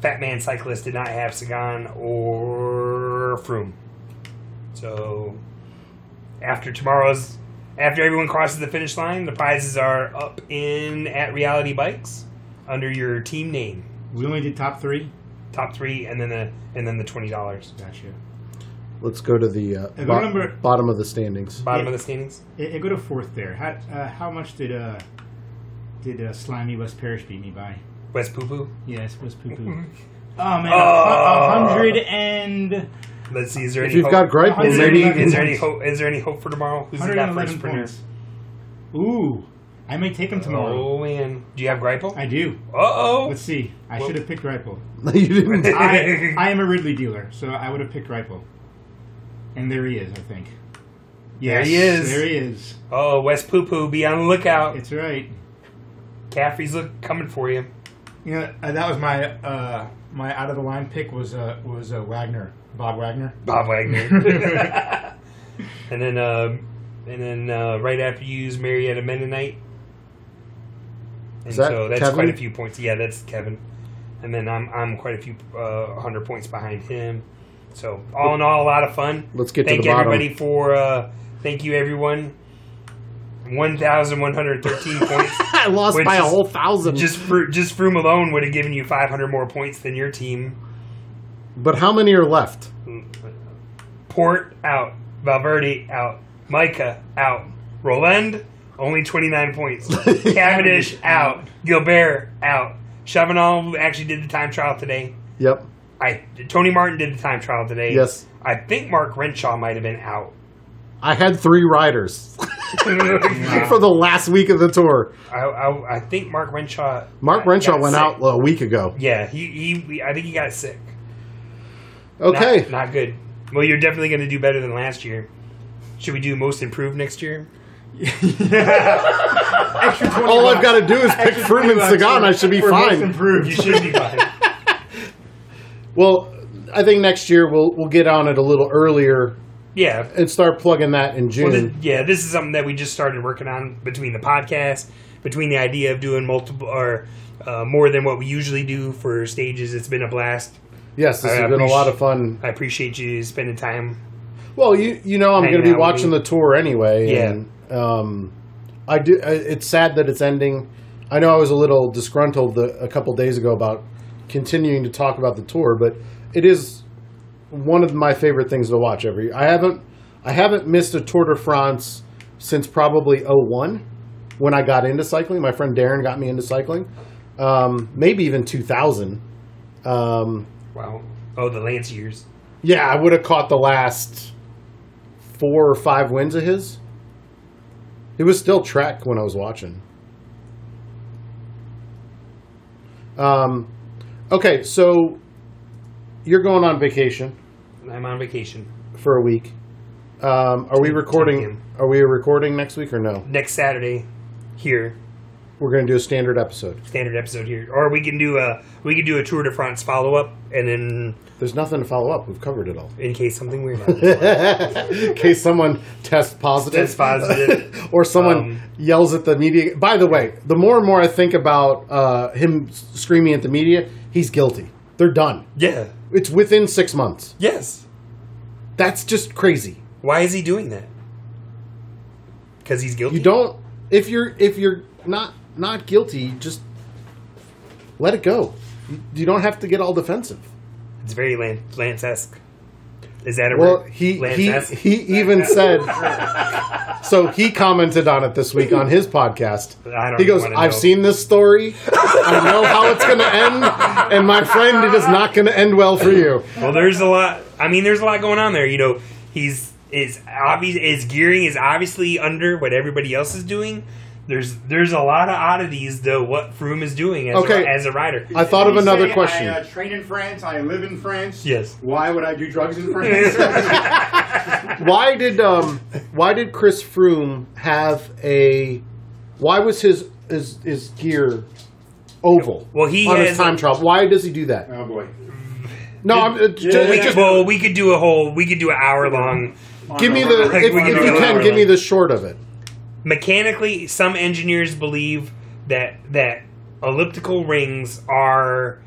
C: Fat Man Cyclist. Did not have Sagan or Froome. So after tomorrow's, after everyone crosses the finish line, the prizes are up in at Reality Bikes under your team name,
E: We only did top three.
C: top three, and then the and then the twenty dollars.
E: Gotcha.
A: Let's go to the uh,
E: go
A: bo-
E: number-
A: bottom of the standings.
C: Bottom
E: Yeah.
C: of the standings.
E: I, I go to fourth there. How uh, how much did uh did uh, slimy West Parish beat me by?
C: West Poo Poo.
E: Yes, West Poo Poo. Oh man, a hu-
C: Oh.
E: a
D: Uh.
E: hundred and
C: Let's see. Is there
A: If
C: any
A: you've
C: hope?
A: got gripe,
C: is there any is there
E: 111
C: any hope? Is there any hope for tomorrow? Who's got
E: 111
C: first printer?
E: points. Ooh, I may take him tomorrow.
C: Oh man, do you have Gripel? Uh
E: I do.
C: oh.
E: Let's see. I should have picked Rifle.
A: you didn't.
E: I, I am a Ridley dealer, so I would have picked Rifle. And there he is, I think.
C: There
E: Yes,
C: he is.
E: There he is.
C: Oh, West Poo Poo, be on the lookout.
E: It's right.
C: Caffrey's look coming for you.
E: You know, uh, that was my uh, my out of the line pick was uh, was uh, Wagner, Bob Wagner.
C: Bob Wagner. and then, uh, and then uh, right after you use Marietta Mennonite. And
A: Is that
C: so that's
A: Kevin?
C: quite a few points. Yeah, that's Kevin. And then I'm I'm quite a few uh, hundred points behind him. So all in all, a lot of fun.
A: Let's get to
C: thank
A: the bottom.
C: everybody for uh, thank you everyone. One thousand one hundred thirteen points.
A: I lost
C: Which
A: by a
C: is-
A: whole thousand.
C: Just Fro- just Froome alone would have given you five hundred more points than your team.
A: but how many are left?
C: Port out. Valverde out. Micah out. Roland only 29 points. Cavendish out. Gilbert out. Chavanel actually did the time trial today.
A: Yep.
C: I Tony Martin did the time trial today.
A: Yes.
C: I think Mark Renshaw might have been out.
A: I had three riders for the last week of the tour.
C: I, I, I think Mark Renshaw.
A: Mark
C: got-
A: Renshaw
C: got
A: went
C: sick.
A: out a week ago.
C: Yeah, he, he I think he got sick. Not-
A: Okay.
C: Not, good. Well, you're definitely going to do better than last year. Should we do most improved next year?
E: Extra 20
A: All
E: bucks.
A: I've got to do is pick
E: Extra
A: Froome
E: 20
A: and
E: bucks
A: Sagan.
E: for-
A: I should be
E: for most
A: fine.
E: Improved.
C: You should be fine.
A: Well, I think next year we'll we'll get on it a little earlier
C: Yeah,
A: and start plugging that in June.
C: Well, th- yeah, this is something that we just started working on between the podcast, between the idea of doing multiple or uh, more than what we usually do for stages. It's been a blast.
A: yes, this
C: I
A: has been a lot of
C: appreciate-
A: fun.
C: I appreciate you spending time.
A: Well, you you know I'm
C: Hanging
A: going to be
C: out with
A: watching
C: you.
A: the tour anyway.
C: Yeah.
A: And, um, I do. I, it's sad that it's ending. I know I was a little disgruntled the, a couple days ago about continuing to talk about the tour, but it is one of my favorite things to watch every. I haven't I haven't missed a Tour de France since probably '01 when I got into cycling. My friend Darren got me into cycling. Um, maybe even 2000. Um,
C: Wow. Oh, the Lance years.
A: yeah, I would have caught the last four or five wins of his. It was still track when I was watching. Um, okay, so you're going on vacation
C: I'm on vacation
A: for a week. Um, are we recording?
C: Champion.
A: Are we recording next week or no?
C: next Saturday here.
A: We're going to do a standard episode.
C: Standard episode here, or we can do a we can do a Tour de France follow up, and then
A: There's nothing to follow up. We've covered it all.
C: in case something weird happens,
A: in case someone tests positive,
C: Tests positive.
A: or someone
C: Um,
A: yells at the media. By the way, the more and more I think about uh, him s- screaming at the media, he's guilty. They're done.
C: yeah,
A: It's within six months.
C: yes.
A: That's just crazy.
C: Why is he doing that? Because he's guilty.
A: You don't if you're if you're not not guilty, just let it go. You- You don't have to get all defensive.
C: It's very Lan- Lance-esque. Is that a
A: Well,
C: word?
A: he he,
C: Lance-esque?
A: he even said. So he commented on it this week on his podcast.
C: I don't
A: he goes,
C: wanna
A: "I've
C: know."
A: seen this story. I know how it's going to end, and my friend, it is not going to end well for you."
C: Well, there's a lot. I mean, there's a lot going on there. You know, he's is obvious. His gearing is obviously under what everybody else is doing. There's there's a lot of oddities though. What Froome is doing as
A: Okay.
C: a, as a rider.
A: I thought of
D: You
A: another
D: say,
A: question.
D: I uh, train in France. I live in France.
C: Yes.
D: Why would I do drugs in France?
A: why did um why did Chris Froome have a why was his his his gear oval?
C: Well, he
A: on his
C: has-
A: time trial. Why does he do that?
D: oh boy.
A: No, I'm, uh, just,
C: we could, well, we could do a whole. We could do an hour long.
A: give me the if,
C: We can
A: if
C: do
A: you
C: it
A: can
C: over,
A: give me
C: like-
A: the short of it.
C: Mechanically, some engineers believe that that elliptical rings are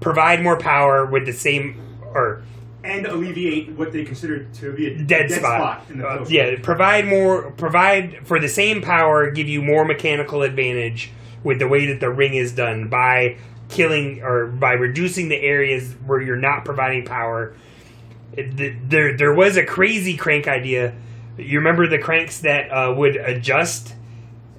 C: provide more power with the same or
D: and alleviate what they consider to be a
C: dead, spot.
D: in the
C: Uh,
D: post.
C: yeah, provide more, provide for the same power, give you more mechanical advantage with the way that the ring is done by killing or by reducing the areas where you're not providing power. It, th- there, there was a crazy crank idea. You remember the cranks that uh, would adjust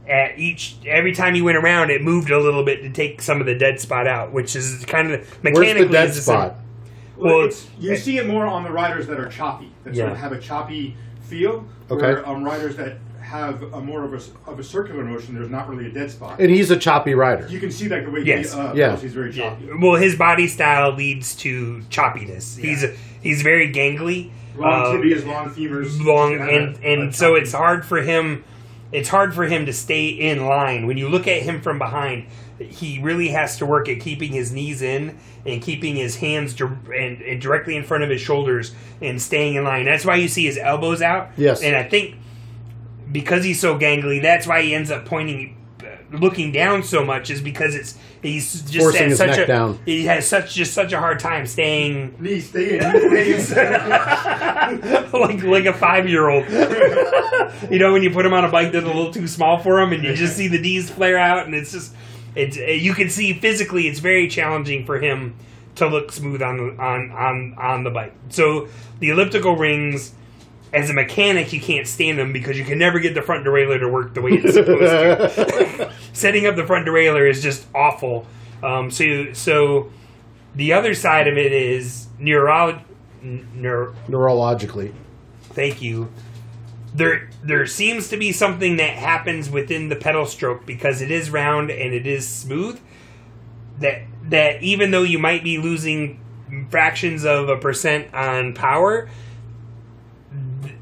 C: at each every time you went around. It moved a little bit to take some of the dead spot out, which is kind of mechanically
A: Where's the dead
C: is the same.
A: spot?
C: Well,
D: it's, you see it more on the riders that are choppy, that sort of
C: Yeah.
D: have a choppy feel.
A: Okay.
D: Or um, riders that have a more of a, s- of a circular motion, there's not really a dead spot.
A: And he's a choppy rider.
D: you can see that the way
C: Yes.
D: he, uh,
A: Yeah.
D: yeah. he's very choppy.
C: Well, his body style leads to choppiness. He's he's very gangly,
D: Long
C: um,
D: tibias, long femurs.
C: long,
D: uh,
C: and
D: a
C: and so
D: choppy-
C: it's hard for him. It's hard for him to stay in line. When you look at him from behind, he really has to work at keeping his knees in and keeping his hands dir- and, and directly in front of his shoulders and staying in line. That's why you see his elbows out.
A: Yes.
C: and I think because he's so gangly, that's why he ends up pointing, looking down so much, is because it's he's just
A: Forcing
C: had
A: his
C: such
A: neck
C: a,
A: down.
C: He has such just such a hard time staying
D: Knee, stay in. knee, stay in.
C: like like a five year old. you know, when you put him on a bike that's a little too small for him, and you just see the knees flare out, and it's just it's eh, you can see physically it's very challenging for him to look smooth on the on on on the bike. So the elliptical rings. As a mechanic, you can't stand them because you can never get the front derailleur to work the way it's supposed to setting up the front derailleur is just awful. Um, so, so the other side of it is neurolo- n- neuro.
A: Neurologically.
C: Thank you. There, there seems to be something that happens within the pedal stroke because it is round and it is smooth. That that even though you might be losing fractions of a percent on power, th-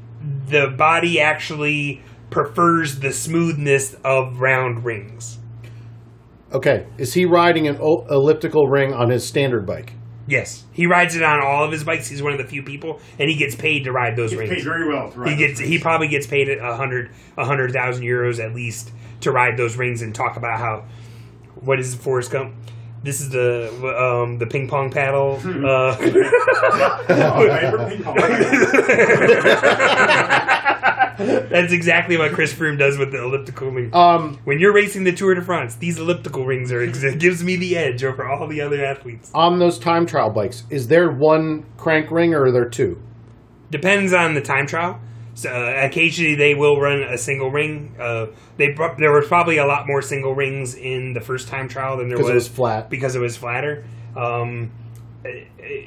C: the body actually prefers the smoothness of round rings.
A: Okay. Is he riding an o- elliptical ring on his standard bike?
C: Yes, he rides it on all of his bikes. He's one of the few people, and he gets paid to ride those
D: He's paid
C: rings.
D: very well. to ride
C: He
D: those
C: gets
D: rings.
C: he probably gets paid a hundred a hundred thousand euros at least to ride those rings and talk about how what is Forrest Gump. This is the um, the ping pong paddle.
D: Oh,
C: uh,
D: right, we're ping pong.
C: that's exactly what Chris Froome does with the elliptical ring.
A: Um,
C: when you're racing the Tour de France, these elliptical rings are it gives me the edge over all the other athletes.
A: on those time trial bikes, is there one crank ring or are there two?
C: depends on the time trial. So uh, occasionally they will run a single ring. Uh, they pro- there was probably a lot more single rings in the first time trial than there
A: Because
C: was,
A: it was flat.
C: because it was flatter. Um, eh, eh,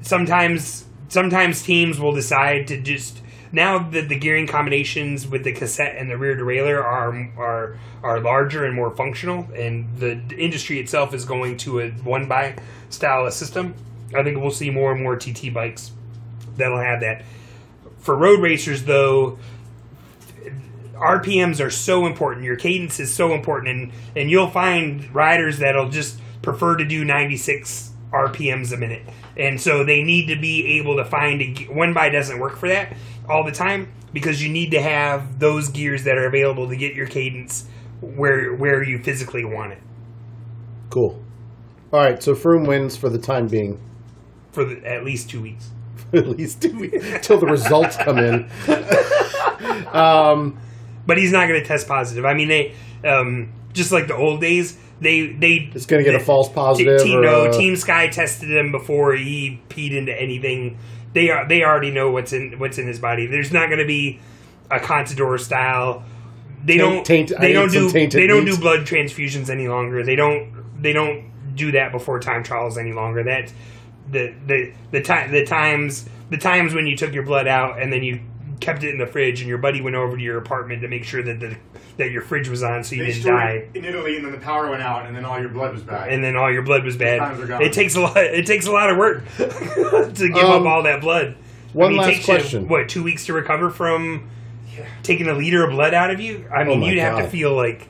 C: sometimes sometimes teams will decide to just now that the gearing combinations with the cassette and the rear derailleur are are are larger and more functional, and the industry itself is going to a one by style of system. I think we'll see more and more TT bikes that'll have that. For road racers, though, RPMs are so important. Your cadence is so important, and and you'll find riders that'll just prefer to do 96 RPMs a minute, and so they need to be able to find a ge- one by doesn't work for that all the time because you need to have those gears that are available to get your cadence where where you physically want it
A: Cool. All right. So Froome wins for the time being.
C: for the, at least two weeks.
A: at least two weeks till the results come in. um,
C: but he's not going to test positive. I mean, they um, just like the old days, they they
A: It's gonna get a
C: they-
A: false positive
C: Team,
A: or
C: no,
A: a-
C: Team Sky tested him before he peed into anything. They are they already know what's in what's in his body. There's not going to be a Contador style. They
A: Taint-
C: don't
A: taint- I
C: they don't
A: ate some
C: do
A: tainted
C: they don't
A: meat.
C: do blood transfusions any longer. They don't they don't do that before time trials any longer. That the the the time the times the times when you took your blood out and then you kept it in the fridge and your buddy went over to your apartment to make sure that the that your fridge was on so you
D: They
C: didn't
D: stored
C: die
D: it in Italy, and then the power went out, and then all your blood was back.
C: and then all your blood was
D: Times are
C: bad.
D: gone.
C: It takes a lot. It takes a lot of work to give
A: Um,
C: up all that blood. I
A: one
C: mean, it
A: last
C: takes you,
A: question.
C: what two weeks to recover from taking a liter of blood out of you? I mean,
A: Oh my
C: you'd have to
A: God.
C: feel like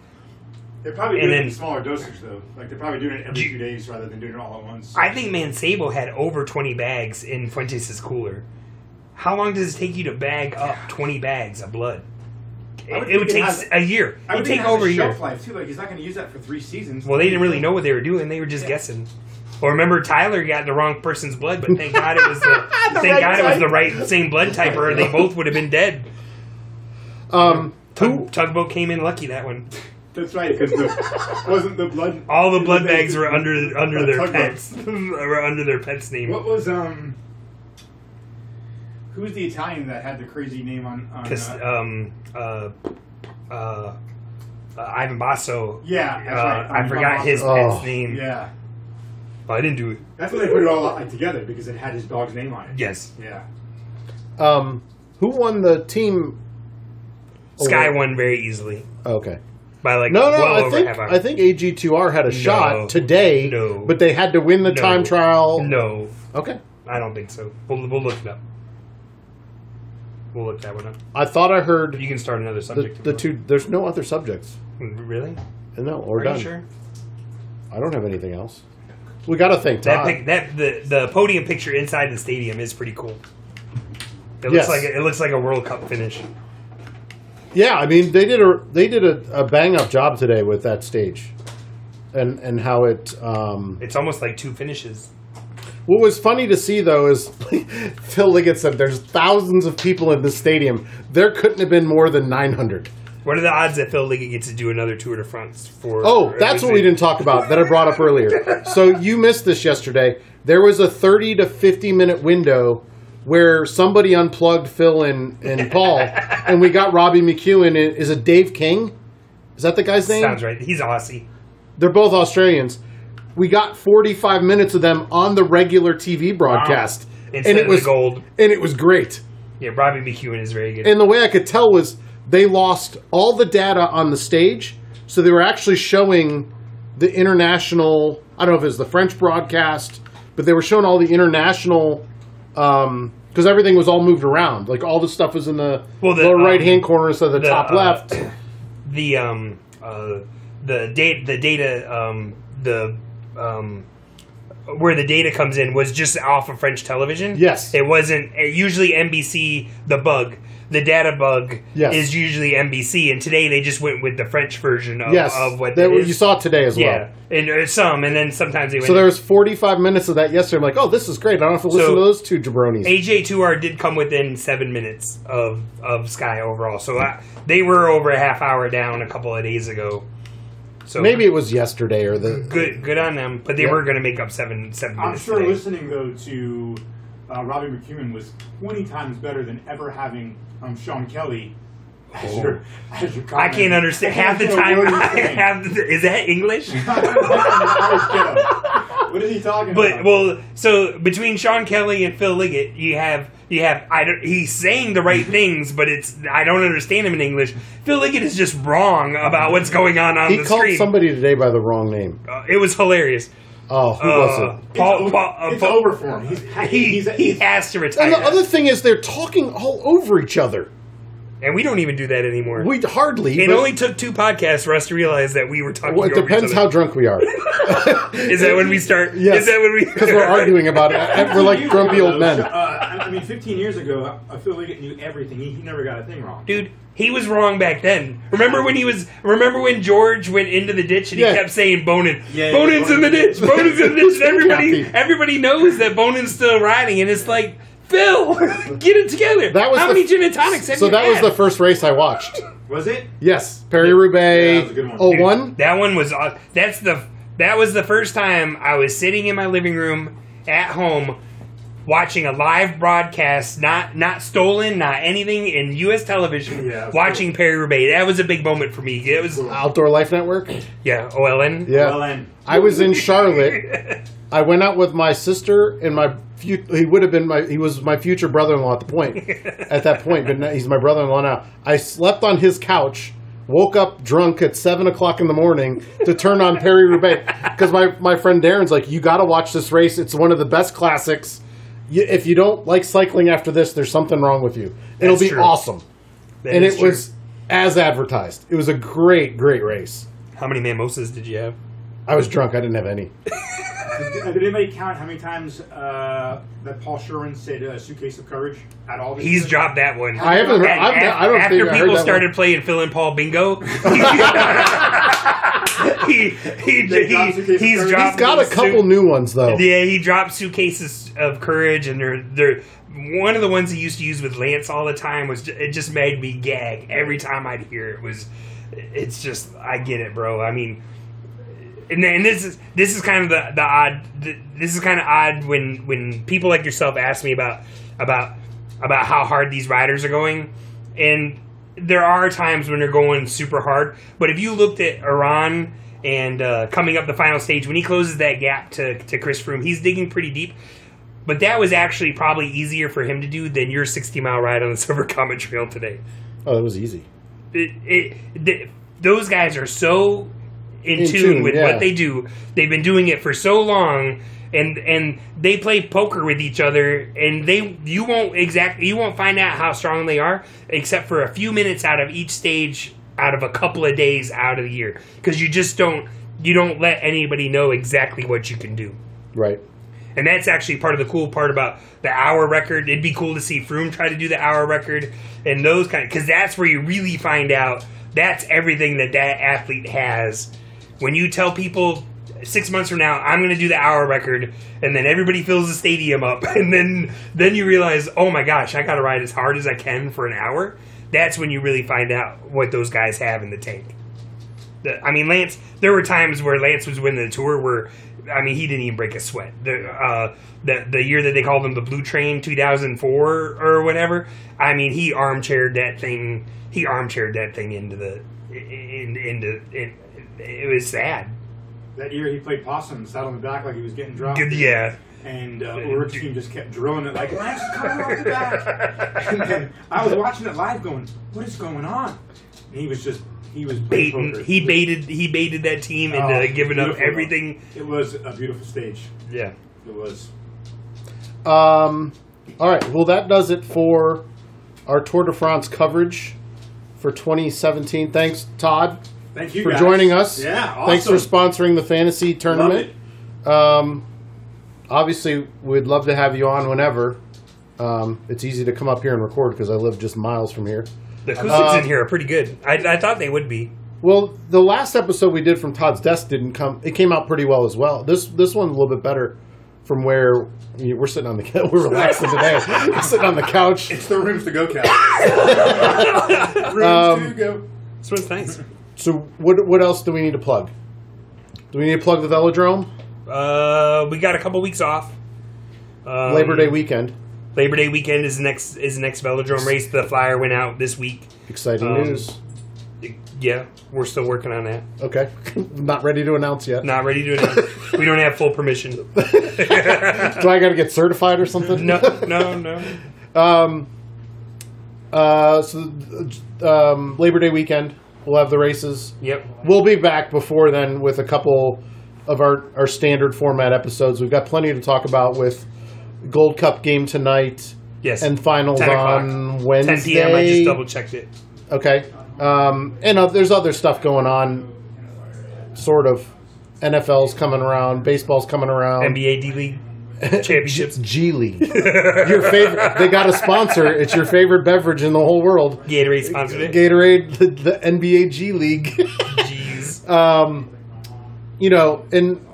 D: They're probably
C: And
D: doing it in
C: then-
D: smaller dosage though. Like they're probably doing it every
C: Do-
D: few days rather than doing it all at once.
C: I think Mansabo had over twenty bags in Fuentes' cooler. How long does it take you to bag up twenty bags of blood?
D: I would
C: It would take
D: think it has-
C: a year.
D: I
C: It'd
D: would
C: take
D: think it has
C: over a
D: a
C: year.
D: shelf life too. Like he's not going to use that for three seasons.
C: Well, they didn't really know what they were doing. They were just guessing. Well, remember Tyler got the wrong person's blood, but thank God it was the, thank
A: right
C: God it was the
A: type.
C: right same blood type, or they both would have been dead.
A: um,
C: Tug, tugboat came in lucky that one.
D: That's right, because the wasn't the blood.
C: All the blood bags were under under
D: Uh,
C: their
D: Tugboat.
C: pets, were under their pet's name.
D: What was um? Who's the Italian that had the crazy name on? on
C: Because
D: uh,
C: um, uh, uh, uh, Ivan Basso.
D: yeah,
C: Uh,
D: that's right.
C: I forgot his
A: Oh.
C: pet's name.
D: Yeah,
C: Well, I didn't do it.
D: that's when they put it all like, together because it had his dog's name on it.
C: Yes,
D: Yeah.
A: Um, who won the team?
C: Sky won very easily
A: Okay.
C: by like
A: Oh, No, no,
C: well
A: I
C: over
A: think
C: half hour.
A: I think AG2R had a shot today,
C: No.
A: but they had to win the
C: No.
A: time trial.
C: no,
A: Okay.
C: I don't think so. We'll, we'll look it up. We'll look that one up.
A: I thought I heard
C: You can start another
A: the,
C: subject. if
A: the
C: you
A: two. There's no other subjects.
C: want. Mm, Really?
A: No, we're
C: Are
A: done.
C: you sure?
A: I don't have anything else. We got to thank
C: That
A: Todd.
C: pic, that the the podium picture inside the stadium is pretty cool. It
A: Yes.
C: looks like it looks like a World Cup finish.
A: yeah, I mean they did a they did a, a bang up job today with that stage, and and how it. Um,
C: It's almost like two finishes.
A: what was funny to see though is Phil Liggett said there's thousands of people in the stadium. There couldn't have been more than 900.
C: What are the odds that Phil Liggett gets to do another Tour de France for?
A: Oh,
C: at
A: that's
C: least
A: what we
C: a-
A: didn't talk about that I brought up earlier. So you missed this yesterday. There was a 30 to 50 minute window where somebody unplugged Phil and, and Paul, and we got Robbie McEwen. Is it Dave King? Is that the guy's name?
C: Sounds right. He's Aussie.
A: They're both Australians. We got 45 minutes of them on the regular TV broadcast.
C: Instead of the gold.
A: And it was great.
C: Yeah, Robbie McEwen is very good.
A: And the way I could tell was they lost all the data on the stage, so they were actually showing the international. I don't know if it was the French broadcast, but they were showing all the international because everything was all moved around. Like all the stuff was in the
C: Well, the,
A: lower
C: um,
A: right hand corner instead of the,
C: the,
A: top
C: uh,
A: left.
C: the um uh the date the data um the um where the data comes in was just off of French television.
A: Yes.
C: it wasn't. uh, Usually NBC the bug. The data bug
A: Yes.
C: is usually NBC, and today they just went with the French version of,
A: yes,
C: of what
A: that
C: it is.
A: you saw today as
C: Yeah,
A: well.
C: and uh, some, and then sometimes they went.
A: So there was 45 minutes of that yesterday. I'm like, oh, this is great. I don't have to listen
C: So-
A: to those two jabronis.
C: AJ2R did come within seven minutes of of Sky overall, so I, they were over a half hour down a couple of days ago. So
A: Maybe it was yesterday or the
C: good good on them, but they
A: Yeah.
C: were going to make up seven seven
D: I'm
C: minutes.
D: sure
C: today.
D: listening though to uh, Robbie McEwen was 20 times better than ever having um, Sean Kelly. As your, as your
C: I can't understand half the time. I have the, is that English?
D: time. what is he talking
C: But
D: about?
C: well, so between Sean Kelly and Phil Liggett, you have you have I don't, he's saying the right things, but it's I don't understand him in English. Phil Liggett is just wrong about what's going on on
A: he
C: the
A: called
C: screen.
A: somebody today by the wrong name.
C: Uh, it was hilarious.
A: Oh, who
C: Uh,
A: was it?
D: It's
C: Paul,
D: over-
C: Paul, uh,
D: it's
C: Paul-
D: over for him. He's,
C: He,
D: he's,
C: he has to retire.
A: And the other thing is, they're talking all over each other.
C: and we don't even do that anymore.
A: We hardly.
C: it
A: but-
C: only took two podcasts for us to realize that we were talking.
A: Well, it
C: over each
A: depends
C: other.
A: how drunk we are.
C: Is that when we start?
A: Yes.
C: Is that when we?
A: Because we're arguing about it. We're like grumpy old men.
D: Uh, I I mean, 15 years ago, I feel like it knew everything. He, he never got a thing wrong.
C: Dude, he was wrong back then. Remember when he was? Remember when George went into the ditch and
A: Yeah.
C: he kept saying Bonin,
D: Yeah, yeah,
C: Bonin's in the
D: Bonin.
C: ditch, Bonin's in the ditch. And everybody,
A: Kathy.
C: everybody knows that Bonin's still riding, and it's like. Phil, get it together.
A: That was
C: How
A: the-
C: many gin and tonics have
A: So
C: you
A: that was
C: had?
A: the first race I watched.
D: Was it?
A: Yes, Perry
D: that was a good
A: Roubaix.
D: one.
A: Oh
C: Dude,
A: one.
C: That one was. aw- That's the. That was the first time I was sitting in my living room at home watching a live broadcast, not not stolen, not anything in U.S. television.
D: Yeah, that's
C: watching Perry Roubaix. That was a big moment for me. It was
A: Outdoor Life Network.
C: yeah, OLN.
A: Yeah.
D: Well, then.
A: I was in Charlotte. I went out with my sister and my fu- he would have been my he was my future brother-in-law at the point at that point, but now he's my brother-in-law now. I slept on his couch, woke up drunk at seven o'clock in the morning to turn on Perry Roubaix because my my friend Darren's like, you got to watch this race. It's one of the best classics. You, if you don't like cycling after this, there's something wrong with you. It'll
C: That's
A: be
C: true.
A: awesome,
C: That
A: and
C: is
A: it
C: true.
A: was as advertised. It was a great, great race.
C: How many mimosas did you have?
A: I was drunk. I didn't have any.
D: Did, uh, did anybody count how many times uh, that Paul Sherwin said uh, "suitcase of courage" at all? this
C: He's
D: season?
C: dropped that one.
A: I haven't. Heard,
C: And
A: I've,
C: af-
A: I don't
C: after
A: think I heard
C: people
A: that
C: started
A: One.
C: playing Phil and Paul Bingo, he, he,
D: They dropped
C: he,
D: the case
C: he's
D: of
C: dropped.
A: He's
D: Kirby.
A: got a
C: the E
A: couple
C: suit-
A: new ones though.
C: Yeah, he dropped suitcases of courage, and they're they're one of the ones he used to use with Lance all the time was it just made me gag every time I'd hear it was it's just I get it, bro. I mean, and, then- and this is this is kind of the the odd th- this is kind of odd when when people like yourself ask me about about about how hard these riders are going, and there are times when they're going super hard. But if you looked at Iran and uh, coming up the final stage, when he closes that gap to to Chris Froome, he's digging pretty deep. But that was actually probably easier for him to do than your 60 mile ride on the Silver Comet Trail today.
A: Oh, that was easy.
C: It, it, th- those guys are so in,
A: In
C: tune,
A: tune,
C: with
A: yeah.
C: what they do. They've been doing it for so long, and and they play poker with each other. And they you won't exact you won't find out how strong they are except for a few minutes out of each stage, out of a couple of days out of the year, because you just don't you don't let anybody know exactly what you can do.
A: Right.
C: And that's actually part of the cool part about the hour record. It'd be cool to see Froome try to do the hour record and those kind because that's where you really find out that's everything that that athlete has. When you tell people six months from now I'm going to do the hour record, and then everybody fills the stadium up, and then then you realize oh my gosh I got to ride as hard as I can for an hour. That's when you really find out what those guys have in the tank. The- I mean, Lance. There were times where Lance was winning the tour where, I mean, he didn't even break a sweat. The uh, the, the year that they called him the Blue Train, two thousand four or whatever. I mean, he armchaired that thing. He armchaired that thing into the in, into. It, it was sad.
D: That year he played possum, sat on the back like he was getting dropped.
C: Good, yeah.
D: And uh, Ulrich's team just kept drilling it like, Lance is coming off the back. and then I was watching it live going, what is going on? And he was just, he was playing
C: Baiting,
D: poker.
C: he baited he baited that team
D: Oh,
C: into giving up
D: beautiful, though.
C: everything.
D: It was a beautiful stage.
C: Yeah.
D: It was.
A: Um, all right. Well, that does it for our Tour de France coverage for 2017. Thanks, Todd,
D: Thank you
A: for
D: guys.
A: joining us.
D: Yeah, awesome.
A: Thanks for sponsoring the fantasy
D: Love
A: tournament.
D: it.
A: Um, obviously, we'd love to have you on whenever. Um, it's easy to come up here and record because I live just miles from here.
C: The
D: Uh,
C: acoustics in here are pretty good. I, I thought they would be.
A: Well, the last episode we did from Todd's desk didn't come. It came out pretty well as well. This this one's a little bit better from where you we're sitting on the couch. We're relaxing today. we're sitting on the couch.
D: It's the rooms to go couch. rooms
A: Um,
D: to go.
C: This one's nice.
A: So what what else do we need to plug? Do we need to plug the velodrome?
C: Uh, we got a couple weeks off. Um,
A: Labor Day weekend.
C: Labor Day weekend is the next is the next velodrome race. The flyer went out this week.
A: Exciting
C: um,
A: news.
C: Yeah, we're still working on that.
A: Okay, not ready to announce yet.
C: Not ready to announce. we don't have full permission.
A: Do I got to get certified or something?
C: No, no, no.
A: Uh, so um, Labor Day weekend, we'll have the races.
C: Yep.
A: We'll be back before then with a couple of our, our standard format episodes. We've got plenty to talk about with Gold Cup game tonight
C: Yes.
A: and finals
C: 10 o'clock.
A: on
C: 10
A: Wednesday.
C: p.m. I just double checked it.
A: Okay. Um, and uh, there's other stuff going on, sort of. NFL's coming around, baseball's coming around.
C: NBA D League championships.
A: G League. your favorite. They got a sponsor. It's your favorite beverage in the whole world.
C: Gatorade sponsored it.
A: Gatorade, the, the NBA G League.
C: Jeez.
A: um, you know, and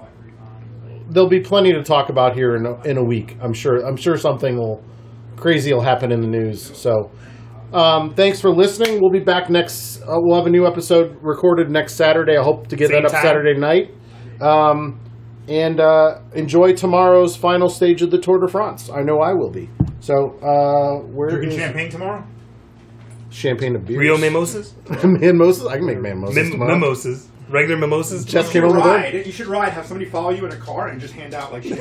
A: there'll be plenty to talk about here in a, in a week. I'm sure. I'm sure something will crazy will happen in the news. So, um, thanks for listening. We'll be back next. Uh, we'll have a new episode recorded next Saturday. I hope to get
C: Same
A: that up
C: time.
A: Saturday night. Um, and uh, enjoy tomorrow's final stage of the Tour de France. I know I will be. So, uh, where
E: Drinking
A: is
E: champagne tomorrow?
A: champagne and beer?
C: Real mimosas?
A: mimosas. I can make mimosas.
C: Mim-
A: tomorrow.
C: mimosas. Regular mimosas?
A: Jeff
D: You
A: came
D: should,
A: over there.
D: ride. you should ride. Have somebody follow you in a car and just hand out like. it's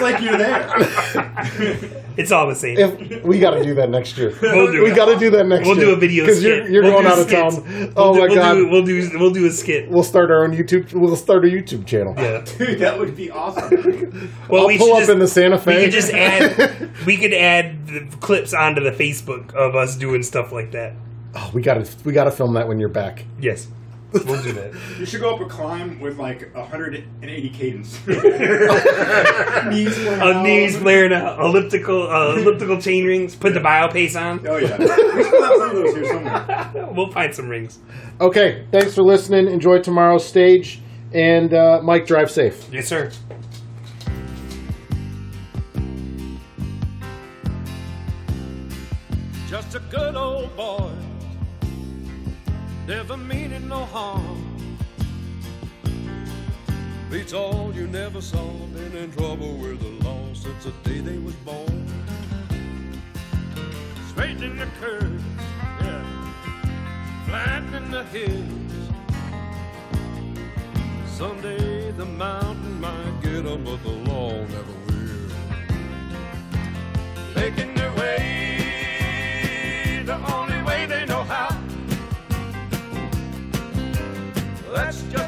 D: like you're there.
C: It's all the same.
A: If we got to do that next year,
C: We'll do
A: we
C: it.
A: got to do that next
C: we'll
A: year
C: do a video
A: because
C: skit.
A: you're, you're
C: We'll
A: going
C: do
A: out of
C: skits.
A: town.
C: We'll
A: oh
C: do-
A: my
C: we'll
A: god,
C: Do,
A: we'll,
C: we'll do we'll do a skit.
A: start our own YouTube. We'll start a YouTube channel.
C: Yeah.
D: Dude, that would be awesome.
C: Well,
A: I'll
C: we
A: pull
C: should
A: up
C: just-
A: in the Santa Fe.
C: We could just add. we could add the clips onto the Facebook of us doing stuff like that.
A: oh, we got to we got to film that when you're back.
C: Yes, we'll do that.
D: You should go up a climb with like 180 cadence. knees flat
C: Uh,
D: out.
C: knees flaring out, elliptical, uh, elliptical chain rings. Put the bio pace on.
D: Oh yeah, we still have some of those here somewhere.
C: We'll find some rings.
A: Okay, thanks for listening. Enjoy tomorrow's stage, and uh, Mike, drive safe.
C: Yes, sir.
F: just a good old boy, never meaning no harm. Beats all you never saw. Been in trouble with the law since the day they was born. Straightening the curves, yeah. Flattening the hills. Someday the mountain might get 'em, but the law never will. Making their way, the only way they know how. That's just